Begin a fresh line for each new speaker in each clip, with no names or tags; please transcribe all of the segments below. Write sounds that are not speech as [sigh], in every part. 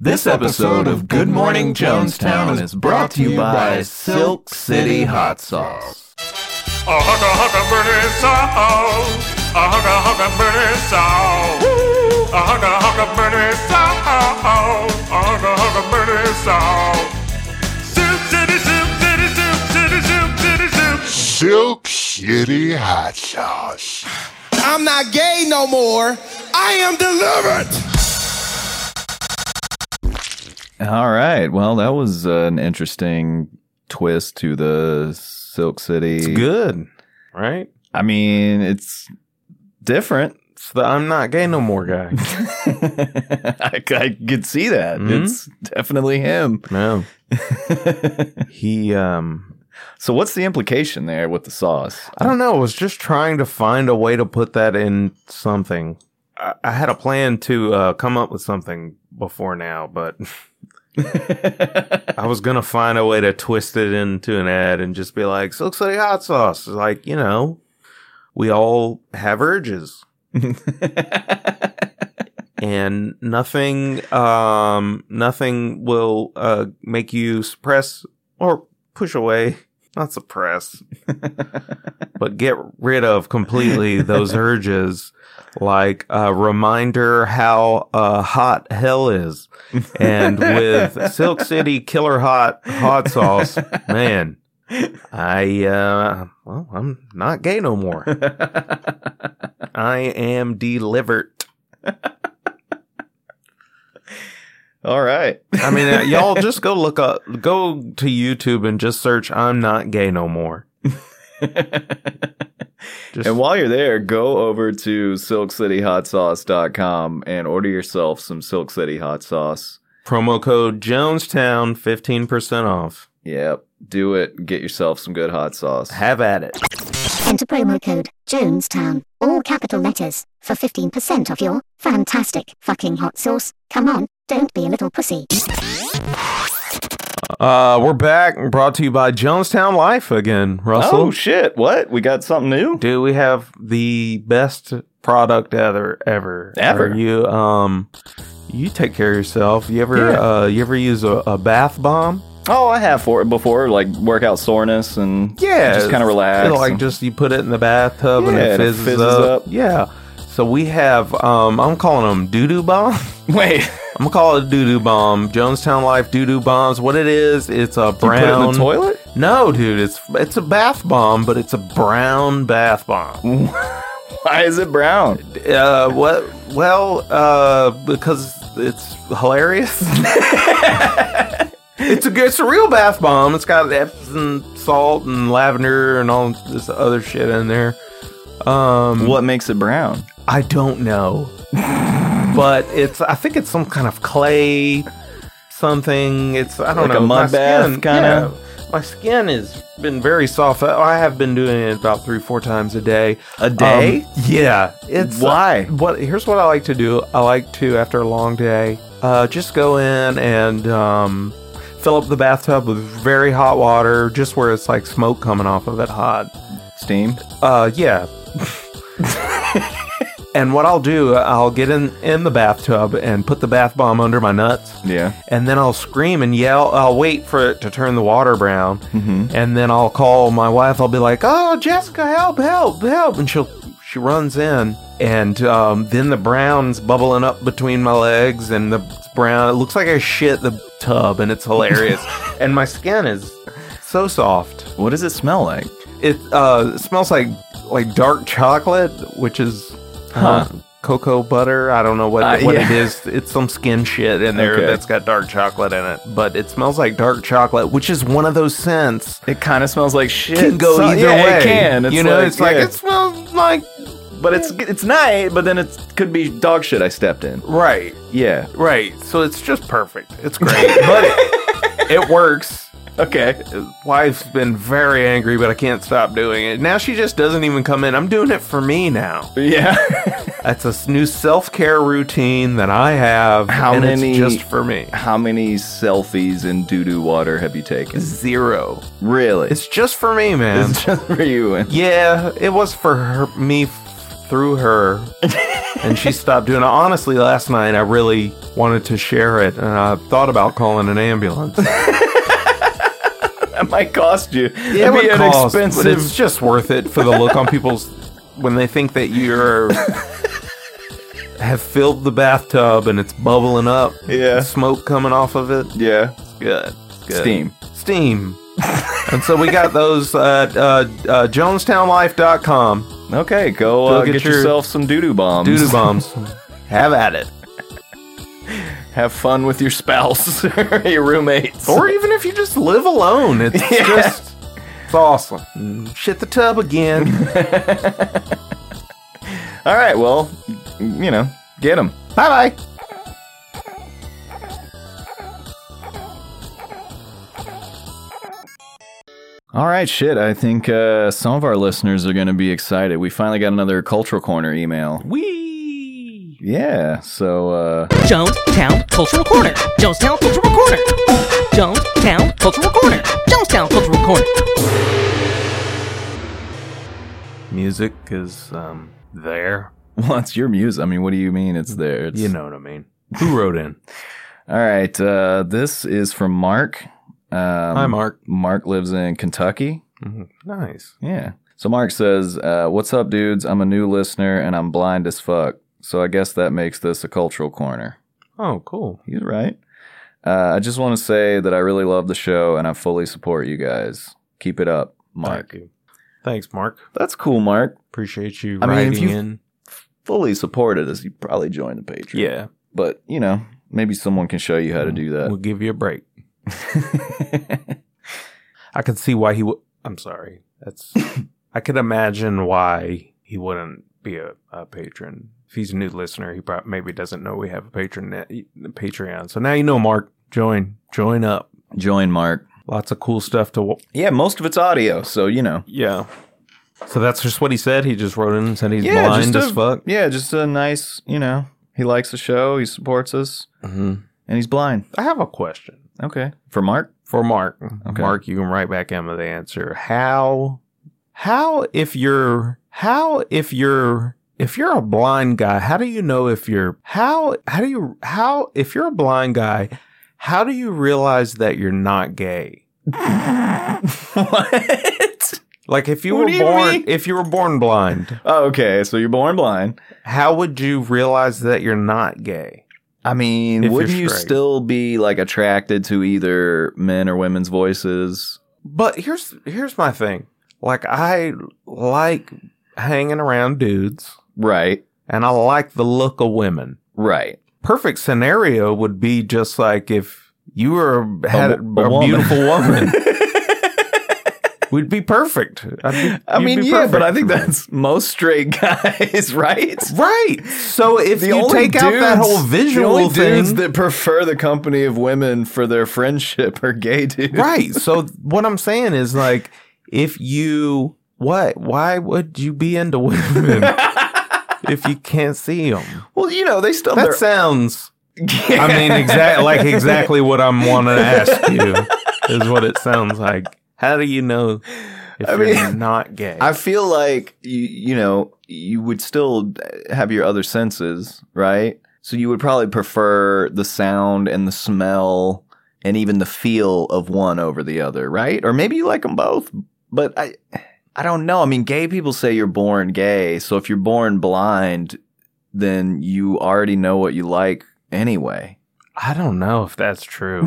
This episode of Good Morning Jonestown is brought to you by Silk City Hot Sauce.
A hugga hugga murder sauce. A hugga hugga murder sauce. A hugga hugga murder sauce. A hugga hugga murder sauce. Soup city, soup city, soup city, soup city, soup.
Silk City Hot Sauce.
I'm not gay no more. I am delivered.
All right. Well, that was an interesting twist to the Silk City.
It's good, right?
I mean, it's different. [laughs]
It's the I'm not gay no more guy.
I, I could see that.
Mhm.
It's definitely him. [laughs]
no, he. um
So, what's the implication there with the sauce?
I don't know. I was just trying to find a way to put that in something. I, I had a plan to uh, come up with something before now, but I was gonna find a way to twist it into an ad and just be like, "Silk City hot sauce." Like you know, we all have urges. and nothing um nothing will uh make you suppress or push away not suppress but get rid of completely those urges like a reminder how uh, hot hell is and with silk city killer hot hot sauce man i uh well i'm not gay no more i am delivered
All right.
I mean, uh, y'all just go look up, go to YouTube and just search "I'm not gay no more." Just
And while you're there, go over to silkcityhotsauce.com and order yourself some Silk City hot sauce.
promo code Jonestown fifteen percent off.
Yep, do it. Get yourself some good hot sauce.
Have at it.
Enter promo code Jonestown, all capital letters, for 15% off your fantastic fucking hot sauce. Come on, don't be a little pussy.
Uh, we're back. Brought to you by Jonestown Life again, Russell.
Oh shit! What? We got something new?
Do we have the best product ever? Ever?
Ever.
Are you um, you take care of yourself. You ever
Yeah.
uh, you ever use a, a bath bomb?
Oh, I have for before, like workout soreness and
Yeah,
just kind of relax.
Like
and-
just you put it in the bathtub and
Yeah,
it
and it
fizzes,
fizzes
up.
up.
Yeah. So we have um I'm calling them doo doo bomb.
[laughs]
[laughs]
wait,
I'm gonna call it doo doo bomb. Jonestown Life doo doo bombs. What it is, it's a
you put it
brown
in the toilet?
No, dude, it's it's a bath bomb, but it's a brown bath bomb.
Why is it brown?
Uh, what? Well, uh, because it's hilarious. [laughs] it's a good- it's a real bath bomb. It's got Epsom salt and lavender and all this other shit in there. Um,
What makes it brown?
I don't know, but it's I think it's some kind of clay something. It's I don't
Like a
know
mud
My
bath
skin-
kinda?
yeah, my skin has been very soft. I I have been doing it about three four times a day.
A day?
Um, yeah. It's uh,
Why?
what here's what I like to do. I like to after a long day, uh, just go in and um, fill up the bathtub with very hot water, just where it's like smoke coming off of it, hot.
Steam.
Uh, yeah. and what I'll do, I'll get in in the bathtub and put the bath bomb under my nuts,
Yeah.
and then I'll scream and yell. I'll wait for it to turn the water brown, and then I'll call my wife. I'll be like, "Oh, Jessica, help, help, help!" And she'll she runs in, and um, then the brown's bubbling up between my legs, and the brown. It looks like I shit the tub, and it's hilarious. and my skin is so soft.
What does it smell like?
It uh, smells like like dark chocolate, which is uh, cocoa butter. I don't know what
Uh,
what
yeah.
it is. It's some skin shit in there
Okay.
that's got dark chocolate in it, but it smells like dark chocolate, which is one of those scents
It kind of smells like shit.
can go
So-
either
yeah,
way.
It can. It's
you know,
like,
it's like
yeah.
it smells like
but it's it's night. But then it could be dog shit. I stepped in.
right,
Yeah.
right. So it's just perfect. It's
[laughs]
great, but it, it works.
Okay.
Wife's been very angry, but I can't stop doing it. Now she just doesn't even come in. I'm doing it for me now.
Yeah.
That's a s- new self care routine that I have.
How
and
many-
It's just for me.
[laughs] How many selfies in doo doo water have you taken?
Zero.
Really? [laughs]
It's just for me, man.
It's just for you. And
yeah, it was for her, me f- through
[laughs]
her. and she stopped doing it. Honestly, last night I really wanted to share it, and I thought about calling an
[laughs]
ambulance.
that might cost you.
it
That'd
would
be an
cost, but
expensive.
it's just worth it for the look on people's when they think
[laughs]
that you're have filled the bathtub and it's bubbling up.
Yeah.
smoke coming off of it.
Yeah.
Good. Good.
Steam.
Steam. and so we got those at uh, uh, jonestownlife.com.
Okay, go,
Go
uh,
get
get,
your-
yourself some doo doo bombs.
Doo doo bombs.
[laughs]
Have at it.
Have fun with your spouse [laughs] or your roommates.
Or even if you just live alone, it's just it's awesome. Shit the tub
[laughs]
again.
All right, well, you know, get them.
bye bye.
All right, shit. I think uh, some of our listeners are going to be excited. We finally got another Cultural Corner email.
We.
Yeah, so uh, [laughs]
Jonestown Cultural Corner. Jonestown Cultural Corner. Jonestown Cultural Corner. Jonestown Cultural Corner.
Music is um there.
well, it's your muse. I mean, what do you mean it's there? It's,
You know what I mean. Who wrote in?
All right, uh, this is from Mark. Um,
Hi, Mark.
Mark lives in Kentucky.
Nice.
Yeah. So Mark says, uh, "What's up, dudes? I'm a new listener and I'm blind as fuck. So I guess that makes this a cultural corner."
Oh, cool.
He's right. Uh, I just want to say that I really love the show and I fully support you guys. Keep it up, Mark.
Thank you. Thanks, Mark.
That's cool, Mark.
Appreciate you
I mean, if
writing
you-
in.
Fully supported us. You probably joined the Patreon.
Yeah.
But you know, maybe someone can show you how to do
We'll
that.
give you a break. Mm. I can see why he would. I'm sorry. That's. [laughs] I could imagine why he wouldn't be a, a patron. If he's a new listener, he probably maybe doesn't know we have a patron eh, Patreon. So now you know, Mark. Join, join up.
[laughs] Join Mark.
Lots of cool stuff to. wa-
Yeah, most of it's audio, so you know.
Yeah. So that's just what he said. He just wrote in and said he's
Yeah,
blind
just
as
a-
fuck.
Yeah, just a nice, you know, he likes the show, he supports us,
Mm-hmm.
and he's blind.
I have a question
Okay. For Mark?
[laughs] for Mark.
Okay.
Mark, you can write back in with the answer. How? How if you're? How if you're? If you're a blind guy, how do you know if you're? How? How do you? How if you're a blind guy? How do you realize that you're not gay?
what?
Like if you
What
were
do you
born,
mean?
if you were born blind,
Oh, okay, so you're born blind.
how would you realize that you're not gay?
I mean,
If you're
would you
straight.
still be like attracted to either men or women's voices?
But here's here's my thing. Like I like hanging around dudes,
Right.
and I like the look of women.
Right.
perfect scenario would be just like if you were had a,
wo- a woman.
beautiful
[laughs]
woman. We'd be perfect. I'd be-
I
you'd
mean,
be
yeah, but I
perfect
think
for me.
that's most straight [laughs] guys, right?
right. So if
The
you
only
take out that
dudes-
whole visual
the only dudes
thing,
that prefer the company of women for their friendship are gay dudes.
[laughs] right. So what I'm saying is like, if you what? Why would you be
[laughs]
into women if you can't see them?
Well, you know, they still
That
they're
sounds. [laughs]
[laughs]
I mean, exactly like exactly what I'm wanting to ask you is what it sounds like. How do you know if
I
you're
mean,
[laughs] not gay?
I feel like you, you know you would still have your other senses, right? So you would probably prefer the sound and the smell and even the feel of one over the other, right? Or maybe you like them both, but I I don't know. I mean, gay people say you're born gay, so if you're born blind, then you already know what you like anyway.
I
[laughs]
don't know if that's true.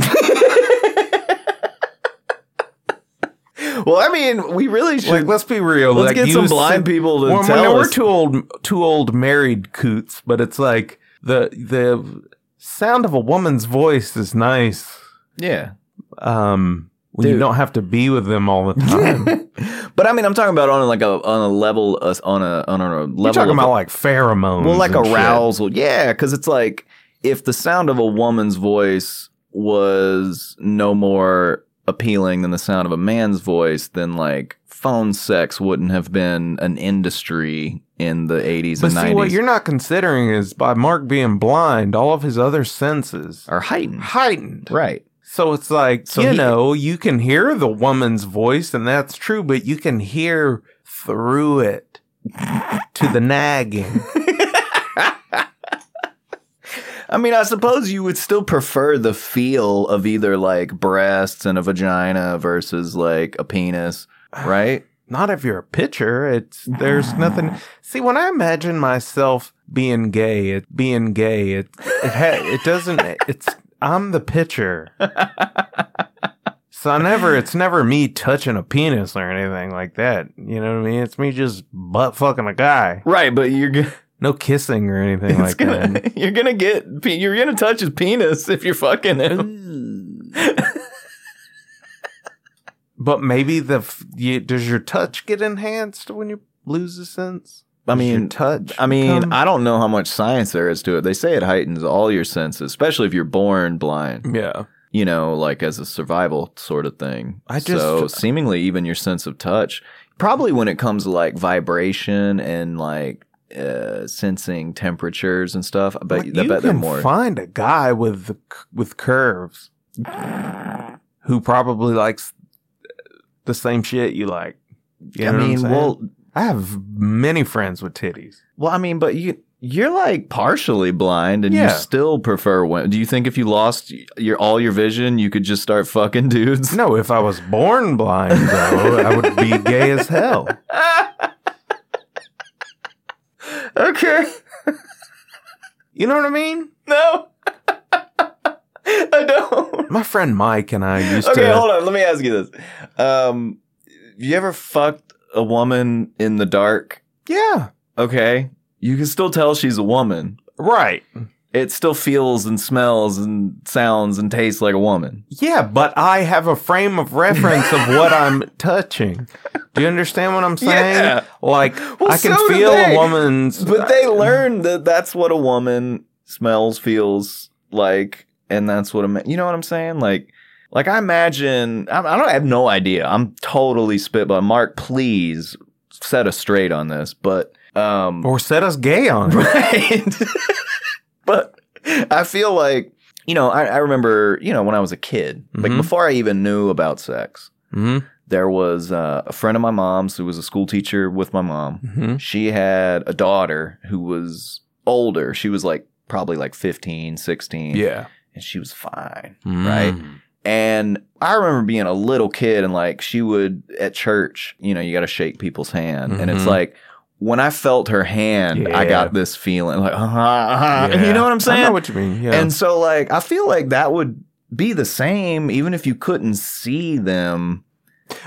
well, I mean, we really should.
Like, let's be real.
Let's
like,
get
you
some
sit-
blind people to
well,
tell
no,
us.
We're two old, two old married coots, but it's like the the sound of a woman's voice is nice.
yeah.
Um, when you
Dude.
don't have to be with them all
[laughs]
the time. You're
but I mean, I'm talking about on like a on a level uh, on a on a level.
talking
of-
about like pheromones.
well, like
and shit.
arousal. Yeah, because it's like if the sound of a woman's voice was no more appealing than the sound of a man's voice, then like phone sex wouldn't have been an industry in the 80s
But
and 90s.
see, what you're not considering is by Mark being blind, all of his other senses
are
[sighs]
heightened,
heightened.
right?
So it's like,
So
you
he-
know, you can hear the woman's voice, and that's true, but you can hear through it to the nagging.
I mean, I suppose you would still prefer the feel of either like breasts and a vagina versus like a penis, right?
Not if you're a pitcher. It's
[sighs]
there's nothing. See, when I imagine myself being gay, it being gay, it it ha, it doesn't. It's I'm the pitcher, so I never. It's never me touching a penis or anything like that. You know what I mean? It's me just butt fucking a guy.
Right, but you're g-
No kissing or anything
it's
like
gonna [laughs]
that.
you're gonna get pe- you're gonna touch his penis if you're fucking him.
But maybe the f- you, does your touch get enhanced when you lose the sense?
I
Does your
mean,
touch.
I mean,
become-
I don't know how much science there is to it. They say it heightens all your senses, especially if you're born blind.
yeah.
You know, like as a survival sort of thing.
I just-
so seemingly even your sense of touch, probably when it comes to like vibration and like uh, sensing temperatures and stuff. I bet
Like,
I
you
bet they're
can
more.
find a guy with the, c-
[sighs]
with curves who probably likes the same shit you like. You
I
know what I'm
mean,
saying?
well,
I have many friends with titties.
Well, I mean, but you you're like partially blind, and you
Yeah.
still prefer. Win- Do you think if you lost your all your vision, you could just start fucking dudes?
No, if I was born blind, though, I would be gay as hell.
[laughs] Okay.
You know what I mean?
No. [laughs] I don't.
My friend Mike and I used
Okay,
to.
hold on. Let me ask you this: um, You ever fucked a woman in the dark?
Yeah,
Okay, you can still tell she's a woman.
right.
It still feels and smells and sounds and tastes like a woman.
Yeah, but I have a frame of reference of what I'm touching. Do you understand what I'm saying?
[laughs] Yeah.
Like
Well,
I can
so do
feel
they.
a woman's
But they learn that that's what a woman smells, feels like, and that's what a man. You know what I'm saying? Like, like I imagine. I, I don't I have no idea. I'm totally spit. But Mark, please set us straight on this. But um,
or set us gay on.
[laughs]
it.
right. but I feel like you know. I, I remember you know when I was a kid, like
Mhm.
before I even knew about sex.
hmm
There was uh, a friend of my mom's who was a school teacher with my mom
hmm
she had a daughter who was older. She was like probably like 15, 16.
Yeah.
And she was fine.
Hmm.
Right? And I remember being a little kid and like she would at church, you know, you got to shake people's hand. And it's
Mhm.
like, when I felt her hand, I
Yeah.
got this feeling like, [laughs]
Yeah.
you know what I'm saying?
I know what you mean. Yeah.
And so, like, I feel like that would be the same, even if you couldn't see them.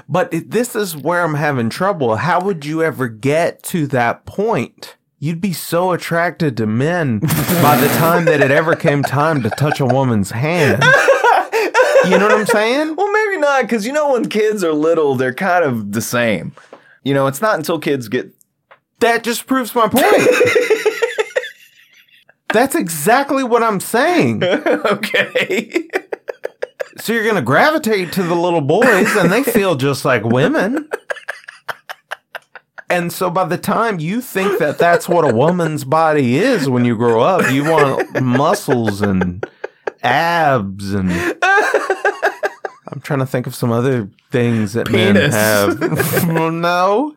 but it- this is where I'm having trouble. How would you ever get to that point? You'd be so attracted to [laughs] men by the time that it ever came time to touch a woman's [laughs] hand. You know what I'm saying?
Well, maybe not, because you know when kids are little, they're kind of the same. You know, it's not until kids get
That just proves my [laughs] point. That's exactly what I'm saying.
[laughs] okay.
So you're going to gravitate to the little boys and they feel just like women. And so by the time you think that that's what a woman's body is when you grow up, you want muscles and abs and I'm trying to think of some other things that men
Penis.
have. [laughs] well, no.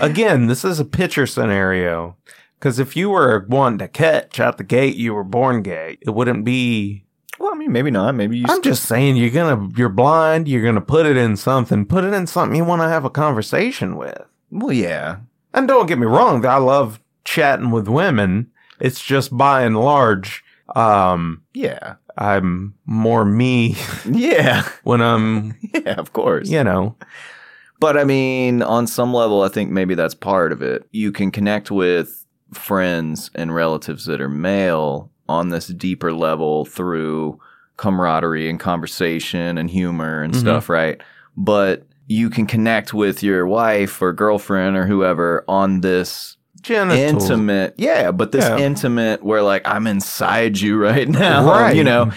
Again, this is a picture scenario. Because if you were one to catch out the gate, you were born gay. It wouldn't be
well, I mean, maybe not. Maybe you.
I'm just saying you're gonna you're blind, you're gonna put it in something. Put it in something you wanna have a conversation with.
well, yeah.
And don't get me wrong, I love chatting with women. It's just by and large, Um,
Yeah. [laughs]
I'm more me [laughs]
Yeah. [laughs]
when I'm,
Yeah, of course.
you know,
But I mean, on some level, I think maybe that's part of it. You can connect with friends and relatives that are male on this deeper level through camaraderie and conversation and humor and
Mhm.
stuff, right? But you can connect with your wife or girlfriend or whoever on this
genitals.
intimate, yeah, but this
Yeah.
intimate where like I'm inside you [laughs] right now,
Right.
you know,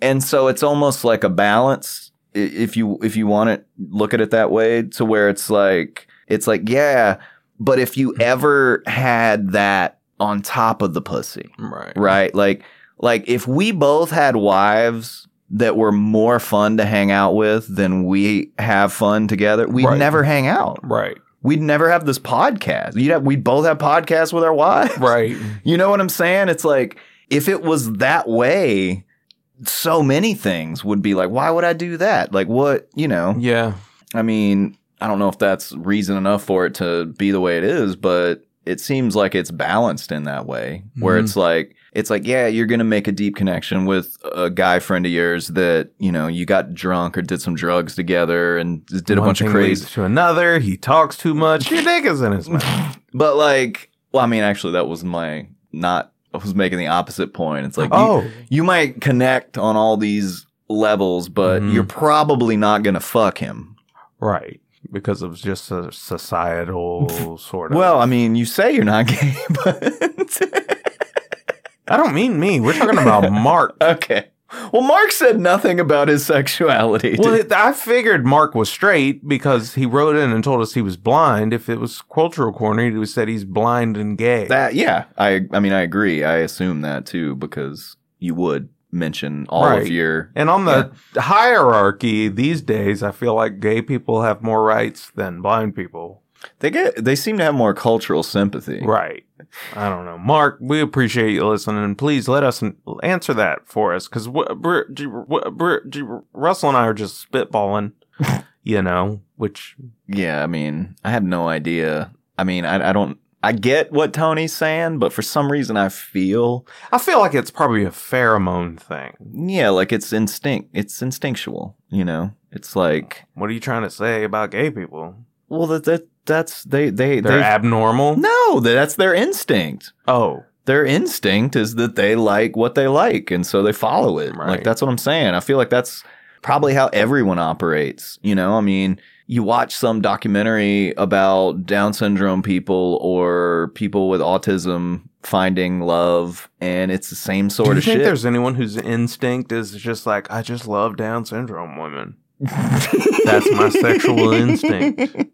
and so it's almost like a balance i- if you if you want it, look at it that way to where it's like it's like yeah, but if you ever had that on top of the pussy,
Right.
right? Like like if we both had wives that were more fun to hang out with than we have fun together, we'd
Right.
never hang out.
Right.
We'd never have this podcast. You'd have, we'd both have podcasts with our wives.
Right.
[laughs] You know what I'm saying? It's like if it was that way, so many things would be like, why would I do that? Like, what, you know?
Yeah.
I mean, I don't know if that's reason enough for it to be the way it is, but it seems like it's balanced in that way where
Mhm.
it's like, it's like, yeah, you're going to make a deep connection with a guy friend of yours that, you know, you got drunk or did some drugs together and just did a
One
bunch of
thing
crazy.
leads to another. He talks too much. Your dick is in
[laughs]
his mouth.
But like, well, I mean, actually, that was my not. I was making the opposite point. It's like, you-
Oh.
you, might connect on all these levels, but
Mhm.
you're probably not gonna fuck him.
Right. Because of just a societal sort of.
Well, I mean, you say you're not [laughs] gay, but [laughs]
I don't mean me. We're talking about [laughs] Mark.
okay. Well, Mark said nothing about his sexuality.
Well,
did-
it- I figured Mark was straight because he wrote in and told us he was blind. If it was cultural corner, he would have said he's blind and gay.
that yeah, I I mean, I agree. I assume that too because you would mention all of
Right.
your
and on the hierarchy these days, I feel like gay people have more rights than blind people.
they get they seem to have more cultural sympathy.
Right. I don't know. Mark, we appreciate you listening. Please let us n- answer that for us because Russell and I are just spitballing, you know, which,
Yeah, I mean, I had no idea. I mean, I, I don't. I get what Tony's saying, but for some reason, I feel
I feel like it's probably a pheromone thing.
yeah, like it's instinct. It's instinctual. You know, it's like
What are you trying to say about gay people?
well, that that that's they they
They're
they
abnormal?
no, that- that's their instinct.
Oh,
Their instinct is that they like what they like, and so they follow it. Like
Right.
that's what I'm saying. I feel like that's probably how everyone operates. You know, I mean, you watch some documentary about Down syndrome people or people with autism finding love, and it's the same sort
do you
of
think
shit. [laughs]
there's anyone whose instinct is just like, I just love Down syndrome women? That's my sexual instinct.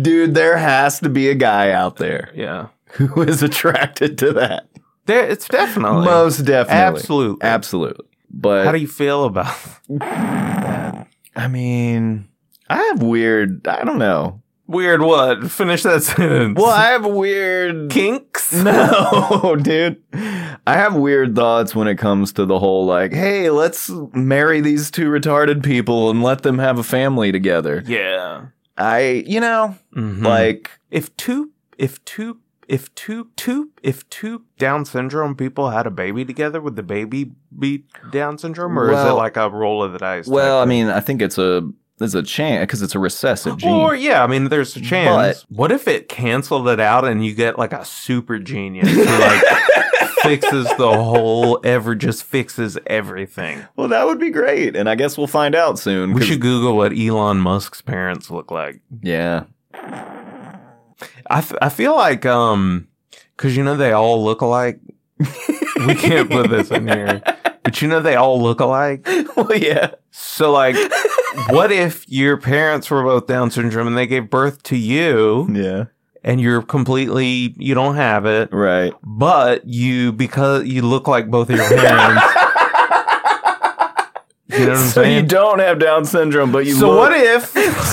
Dude, there has to be a guy out there [laughs]
Yeah,
who is attracted to that.
there, it's definitely
Most definitely.
Oh, absolutely.
Absolutely. But
How do you feel about? [laughs]
I mean, I have weird, I don't know.
Weird. What? Finish that sentence.
Well, I have [laughs] weird
Kinks.
No, [laughs] dude. I have weird thoughts when it comes to the whole like, hey, let's marry these two retarded people and let them have a family together.
Yeah.
I, you know,
Mhm.
like
if two, if two, if two, two, if two Down syndrome people had a baby together, would the baby be Down syndrome, or is it
Well-
like a roll of the dice? type
well, I
thing?
mean, I think it's a it's a chance because it's a recessive gene.
Or yeah, I mean, there's a chance. what if it canceled it out and you get like a super genius who [laughs] like fixes the whole ever just fixes everything?
well, that would be great, and I guess we'll find out soon.
We
'cause-
should Google what Elon Musk's parents look like.
[laughs] yeah,
I, f- I feel like um, because you know they all look alike. we can't put this in here, but you know they all look alike.
[laughs] well, yeah,
So like, what if your parents were both Down syndrome and they gave birth to you
yeah,
and you're completely you don't have it?
right.
but you because you look like both of your [laughs] parents. you know what I'm
so you
saying?
don't have Down syndrome, but you.
so
look-
what [laughs] if?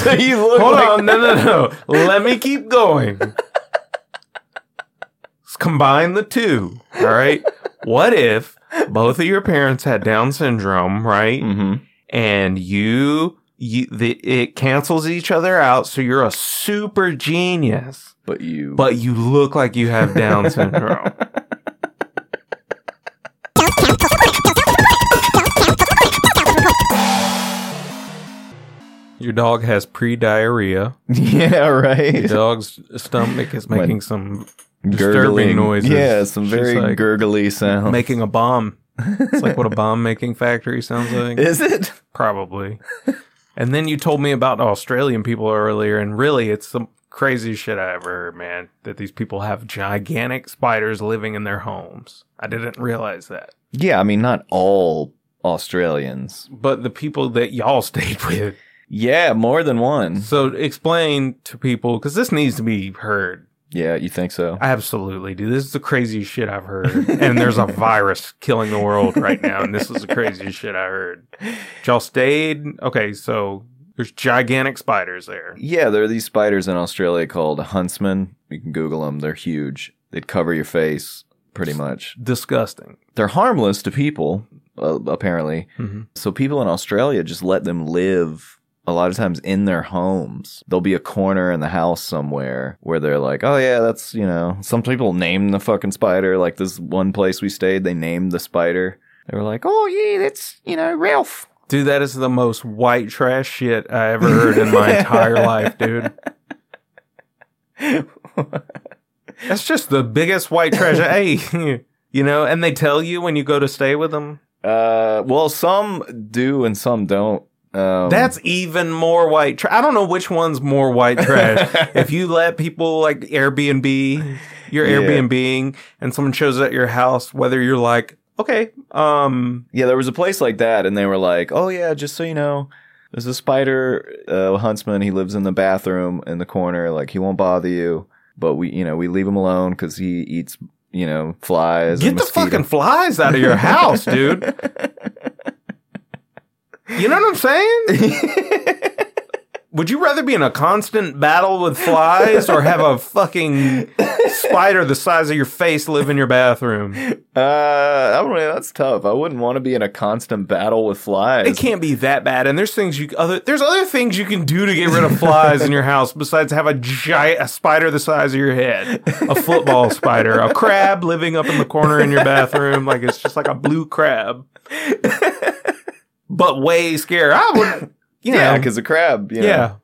[laughs] so you look
Hold
like
on, no, no, [laughs] no. Let me keep going. Let's combine the two. All right. What if both of your parents had Down syndrome, right?
Mm-hmm.
And you, you, the, it cancels each other out. So you're a super genius,
But [laughs] you.
but
[laughs]
you look like you have Down syndrome.
Don't count cultural
Your dog has
[laughs]
pre diarrhea.
yeah,
Your
right.
dog's stomach is
When-
making some disturbing noises.
Yeah, some very
She's like
gurgly sounds.
making a bomb. It's like
[laughs]
what a bomb making factory sounds like.
Is it?
Probably. and then you told me about Australian people earlier, and really, it's some crazy shit I ever heard, man. That these people have gigantic spiders living in their homes. I didn't realize that.
Yeah, I mean, not all Australians.
But the people that y'all [laughs] stayed with.
Yeah, more than one.
So explain to people, because this needs to be heard.
Yeah, you think so?
Absolutely, dude. This is the craziest shit I've heard. and there's a virus killing the world right now, and this is the craziest shit I heard. Y'all stayed? Okay, so there's gigantic spiders there.
Yeah, there are these spiders in Australia called huntsmen. You can Google them. They're huge. They cover your face pretty much.
Disgusting.
They're harmless to people, uh, apparently.
Mm-hmm.
So people in Australia just let them live a lot of times in their homes. There'll be a corner in the house somewhere where they're like, oh, yeah, that's, you know, some people name the fucking spider. Like this one place we stayed, they named the spider. They were like, oh, yeah, that's, you know, Ralph.
Dude, that is the most white trash shit I ever heard in my entire life,
[laughs]
dude. That's just the biggest white
[laughs]
trash. Hey, [laughs] you know, and they tell you when you go to stay with them.
Uh, well, some do and some don't. Um,
That's even more white trash. I don't know which one's more
[laughs]
white trash. if you let people like Airbnb, you're
Yeah.
Airbnbing, and someone shows up at your house, whether you're like, okay, um,
Yeah, there was a place like that, and they were like, "Oh yeah, just so you know, there's a spider uh, huntsman. He lives in the bathroom in the corner. Like he won't bother you, but we, you know, we leave him alone because he eats, you know, flies.
Get
and
the
mosquito- [laughs]
fucking flies out of your house, dude. You know what I'm saying? Would you rather be in a constant battle with flies or have [laughs] a fucking spider the size of your face live in your bathroom?
Uh, I don't know. That's tough. I wouldn't want to be in a constant battle with flies.
It can't be that bad. And there's things you other there's other things you can do to get rid of flies in your house besides have a giant a spider the size of your head, a football spider, a crab living up in the corner in your bathroom like it's just like a blue crab. But way scary. I would, you know,
yeah, because a crab. You know.
yeah.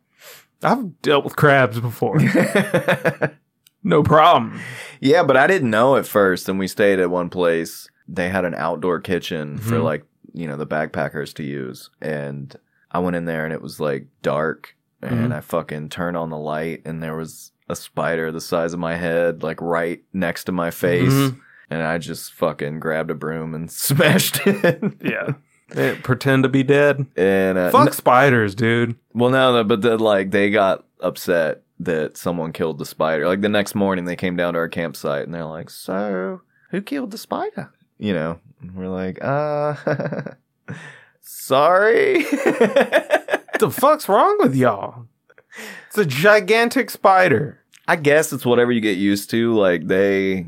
I've dealt with
[laughs]
crabs before. no problem.
Yeah, but I didn't know at first. And we stayed at one place. They had an outdoor kitchen for
Mhm.
like, you know, the backpackers to use. And I went in there and it was like dark. And I fucking turned on the light and there was a spider the size of my head, like right next to my face.
Mhm.
And I just fucking grabbed a broom and [laughs] smashed it.
Yeah. Eh, Pretend to be dead.
and uh,
Fuck spiders, dude.
well, no, no, but then like they got upset that someone killed the spider. Like the next morning, they came down to our campsite and they're like, "So, who killed the spider?" You know, and we're like, "Uh, [laughs] sorry." [laughs]
What the fuck's wrong with y'all? It's a gigantic spider.
I guess it's whatever you get used to. Like they,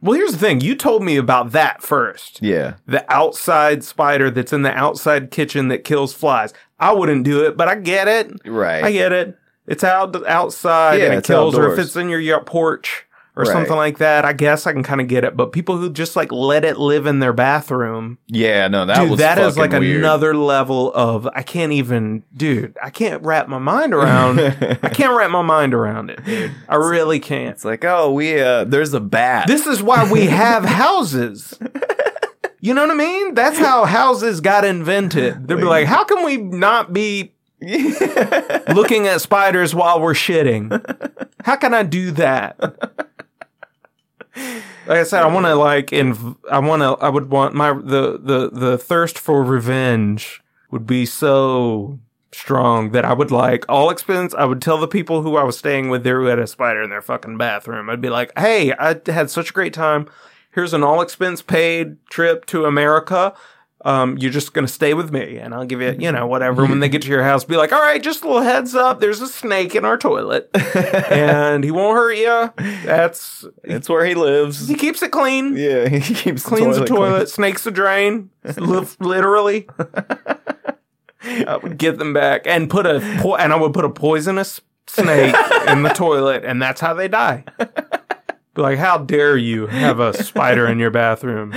Well, here's the thing. You told me about that first.
yeah,
The outside spider that's in the outside kitchen that kills flies. I wouldn't do it, but I get it.
right.
I get it. It's out outside
Yeah,
and it
it's
kills, or if
outdoors.
it's in your, your porch or
Right.
something like that. I guess I can kind of get it. But people who just like let it live in their bathroom,
yeah, no, that
dude,
was
that is like
fucking weird.
another level of I can't even, dude. I can't wrap my
[laughs]
mind around. I can't wrap my mind around it, dude. I really can't.
It's like, oh, we uh, there's a bat.
This is why we have houses. You know what I mean? That's how houses got invented. They'd be like, how can we not be looking at spiders while we're shitting? How can I do that? Like I said, I want to like, inv- I want to, I would want my the the the thirst for revenge would be so strong that I would like all expense. I would tell the people who I was staying with there who had a spider in their fucking bathroom. I'd be like, hey, I had such a great time. Here's an all expense paid trip to America. Um, you're just gonna stay with me, and I'll give you, you know, whatever. When they get to your house, be like, all right, just a little heads up. There's a snake in our toilet, and he won't hurt you. That's
it's where he lives. [laughs]
he keeps it clean,
Yeah, [laughs] he keeps the
cleans the
clean.
toilet, snakes the drain, li- literally. I would get them back and put a po- and I would put a poisonous snake in the toilet, and that's how they die. Be like, how dare you have a spider in your bathroom?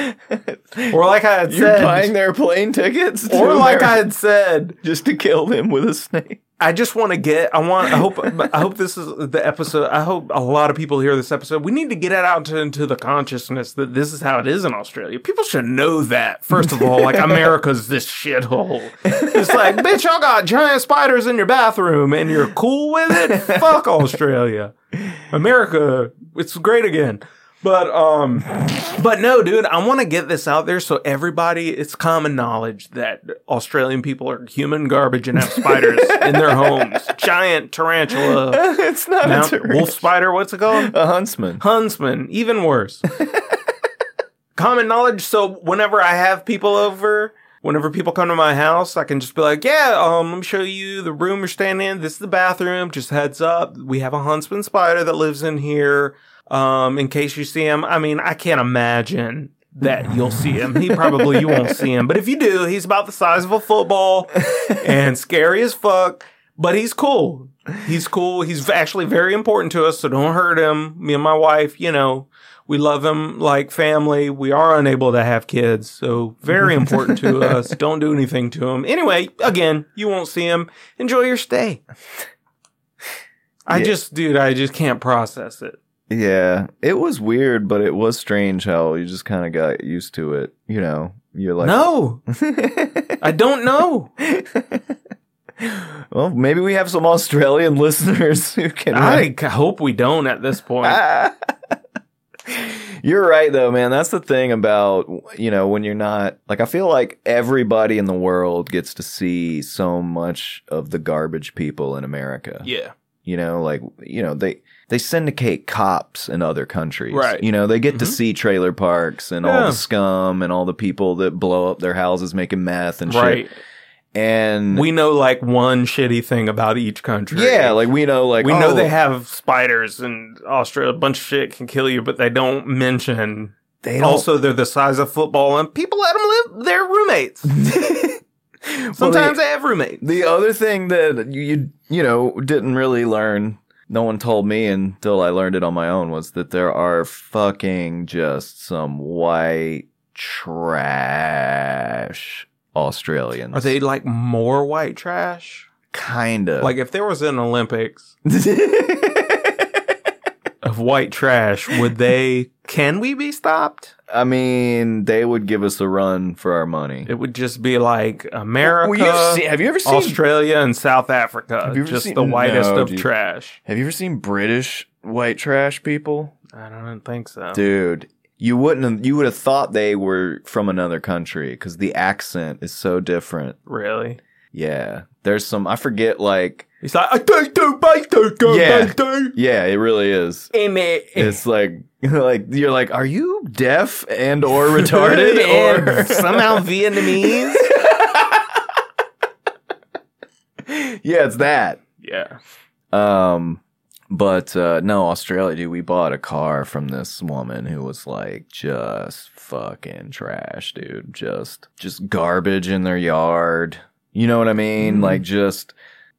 Or like I had
You're
said,
buying their plane tickets, to
or like
America
I had said,
just to kill them with a snake. [laughs]
I just want to get. I want. I hope. I hope this is the episode. I hope a lot of people hear this episode. We need to get it out to, into the consciousness that this is how it is in Australia. People should know that first of all. Like America's this shithole. It's like, bitch, y'all got giant spiders in your bathroom, and you're cool with it. Fuck Australia, America. It's great again. But um, but no, dude, I want to get this out there so everybody. It's common knowledge that Australian people are human garbage and have spiders in their homes. Giant tarantula,
it's not
mount-
a, tur-
wolf spider. What's it called?
a huntsman.
Huntsman. Even worse. common knowledge. So whenever I have people over. Whenever people come to my house, I can just be like, "Yeah, um, let me show you the room you're staying in. This is the bathroom. Just heads up, we have a huntsman spider that lives in here um, in case you see him. I mean, I can't imagine that you'll see him. He probably you won't see him, but if you do, he's about the size of a football and scary as fuck. But he's cool. He's cool. He's actually very important to us, so don't hurt him. Me and my wife, you know, we love him like family. We are unable to have kids, so
[laughs]
very important to us. Don't do anything to him. Anyway, again, you won't see him. Enjoy your stay. I
Yeah.
just, dude, I just can't process it.
Yeah, it was weird, but it was strange how you just kind of got used to it. You know, you're like, [laughs]
no, I don't know.
well, maybe we have some Australian [laughs] listeners who can.
I c- hope we don't at this point.
Ah, [laughs] You're right though, man. That's the thing about you know when you're not like I feel like everybody in the world gets to see so much of the garbage people in America.
yeah.
You know, like you know they they syndicate cops in other countries.
Right.
You know they get to
Mhm.
see trailer parks and all
Yeah.
the scum and all the people that blow up their houses making meth and
Right.
shit. And
We know like one shitty thing about each country.
yeah, like we know like
we know
oh,
they have spiders and Australia, a bunch of shit can kill you, but they don't mention.
they don't-
also, they're the size of football, and people let them live. They're [laughs] roommates. [laughs] Sometimes they, have roommates.
The other thing that you, you you know didn't really learn, no one told me until I learned it on my own was that there are fucking just some white trash Australians.
Are they like more white trash?
kind of
Like if there was an Olympics of white trash, would they? [laughs] Can we be stopped?
[laughs] I mean, they would give us a run for our money.
It would just be like America,
Well, you've seen- have you ever seen
Australia, and South Africa.
Have you ever
Just
seen-
the whitest
No,
of
dude.
trash.
Have you ever seen British white trash people?
I don't think so.
dude you wouldn't have, you would have thought they were from another country because the accent is so different
Really?
yeah there's some i forget like
He's like, I do do, bake do, go
Yeah.
bake do.
yeah it really is
It's [laughs]
it's like [laughs] like you're like are you deaf and or
[laughs]
retarded or [laughs]
somehow Vietnamese.
yeah it's that
yeah.
um but uh no australia dude we bought a car from this woman who was like just fucking trash dude just just garbage in their yard you know what i mean like just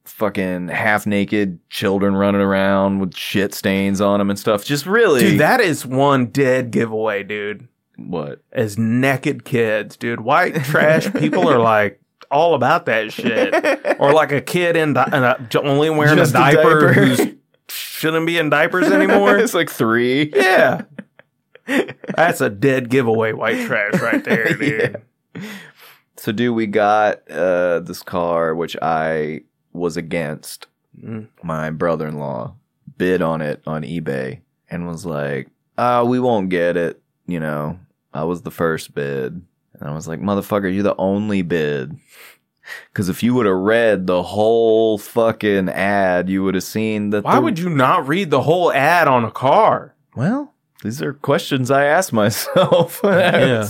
fucking half naked children running around with shit stains on them and stuff just really
Dude, that is one dead giveaway, dude.
[laughs] what
As naked kids, dude. White trash people [laughs] are like all about that shit. Or like a kid in, di- in a, only wearing
Just
a
a
diaper,
diaper.
who's shouldn't be in diapers [laughs] anymore.
it's like [laughs] three
[laughs] yeah. That's a dead giveaway, white trash right [laughs] there, dude.
so dude we got uh this car which i was against
Mm.
my brother in law bid on it on eBay and was like, uh, we won't get it. You know, I was the first bid. And I was like, motherfucker, you're the only bid. Because if you would have read the whole fucking ad, you would have seen that.
Why would you not read the whole ad on a car?
Well, these are questions I ask myself. [laughs]
Yeah.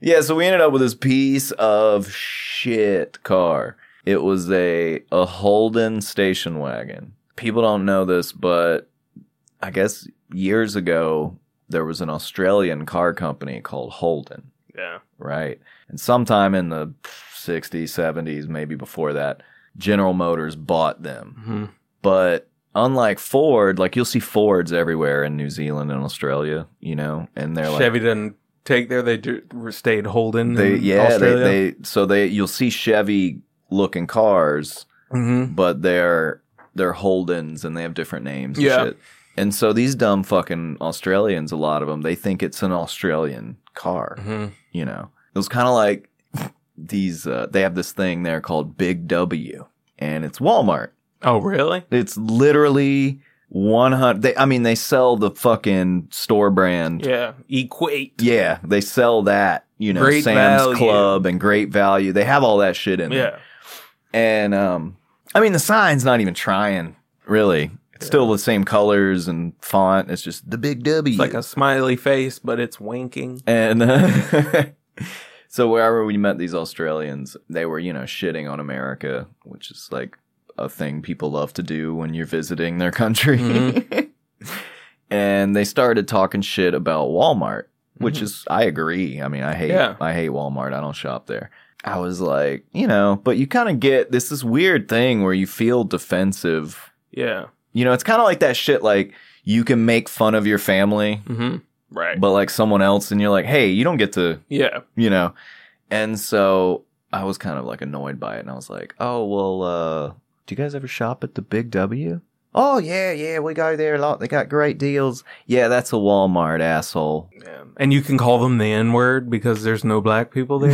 Yeah, so we ended up with this piece of shit car. It was a a Holden station wagon. People don't know this, but I guess years ago there was an Australian car company called Holden,
Yeah.
right? And sometime in the 60s, 70s, maybe before that, General Motors bought them
hmm
but unlike Ford, like you'll see Fords everywhere in New Zealand and Australia, you know, and they're
Chevy
like
didn't take there. They do, stayed Holden.
they
in
yeah
Australia.
they, they so they you'll see Chevy looking cars
Mm-hmm.
but they're they're Holdens and they have different names. And
Yeah.
shit. And so these dumb fucking Australians, a lot of them, they think it's an Australian car.
Mm-hmm.
You know, it was kind of like these. Uh, they have this thing there called Big W, and it's Walmart.
Oh, really?
It's literally one hundred. They, I mean, they sell the fucking store brand.
Yeah. Equate.
Yeah, they sell that. You know,
Great
Sam's
value.
Club and Great Value. They have all that shit in there.
Yeah.
And um, I mean, the sign's not even trying, really. It's still the same colors and font. It's just the big W.
It's like a smiley face, but it's winking.
and [laughs] uh, so wherever we met these Australians, they were, you know, shitting on America, which is like a thing people love to do when you're visiting their country. [laughs] and they started talking shit about Walmart, which is I agree. I mean, I hate
Yeah.
I hate Walmart. I don't shop there. I was like, you know, but you kind of get this this weird thing where you feel defensive.
Yeah.
You know, it's kind of like that shit like you can make fun of your family,
Mm-hmm. Right.
but like someone else and you're like, "Hey, you don't get to
yeah.
you know. And so I was kind of like annoyed by it, and I was like, "Oh well, uh, do you guys ever shop at the Big W?" Oh yeah, yeah, we go there a lot. They got great deals. Yeah, that's a Walmart asshole. [laughs]
yeah. And you can call them the N word because there's no black people [laughs] there.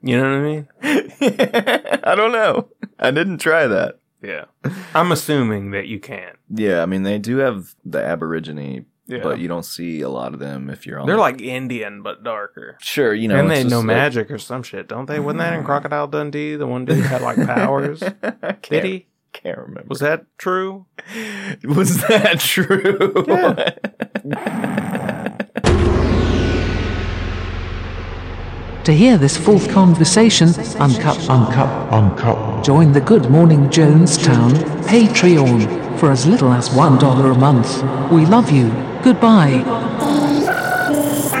you know what I mean?
I don't know. I didn't try that.
Yeah. I'm assuming that you can.
Yeah, I mean they do have the Aborigine,
Yeah.
but you don't see a lot of them if you're on.
They're like Indian, but darker.
sure, you know,
and
it's
they
just
know
like-
magic or some shit, don't they? Wasn't that in Crocodile Dundee? The one dude had like
[laughs]
powers.
I can't,
Did he?
Can't remember.
Was that true?
[laughs] Was that true?
Yeah.
[laughs]
To hear this full conversation, uncut, uncut, uncut, join the Good Morning Jonestown Patreon for as little as $1 a month. We love you. Goodbye.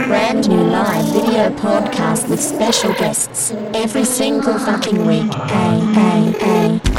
Brand new live video podcast with special guests every single fucking week. Ay, ay, ay.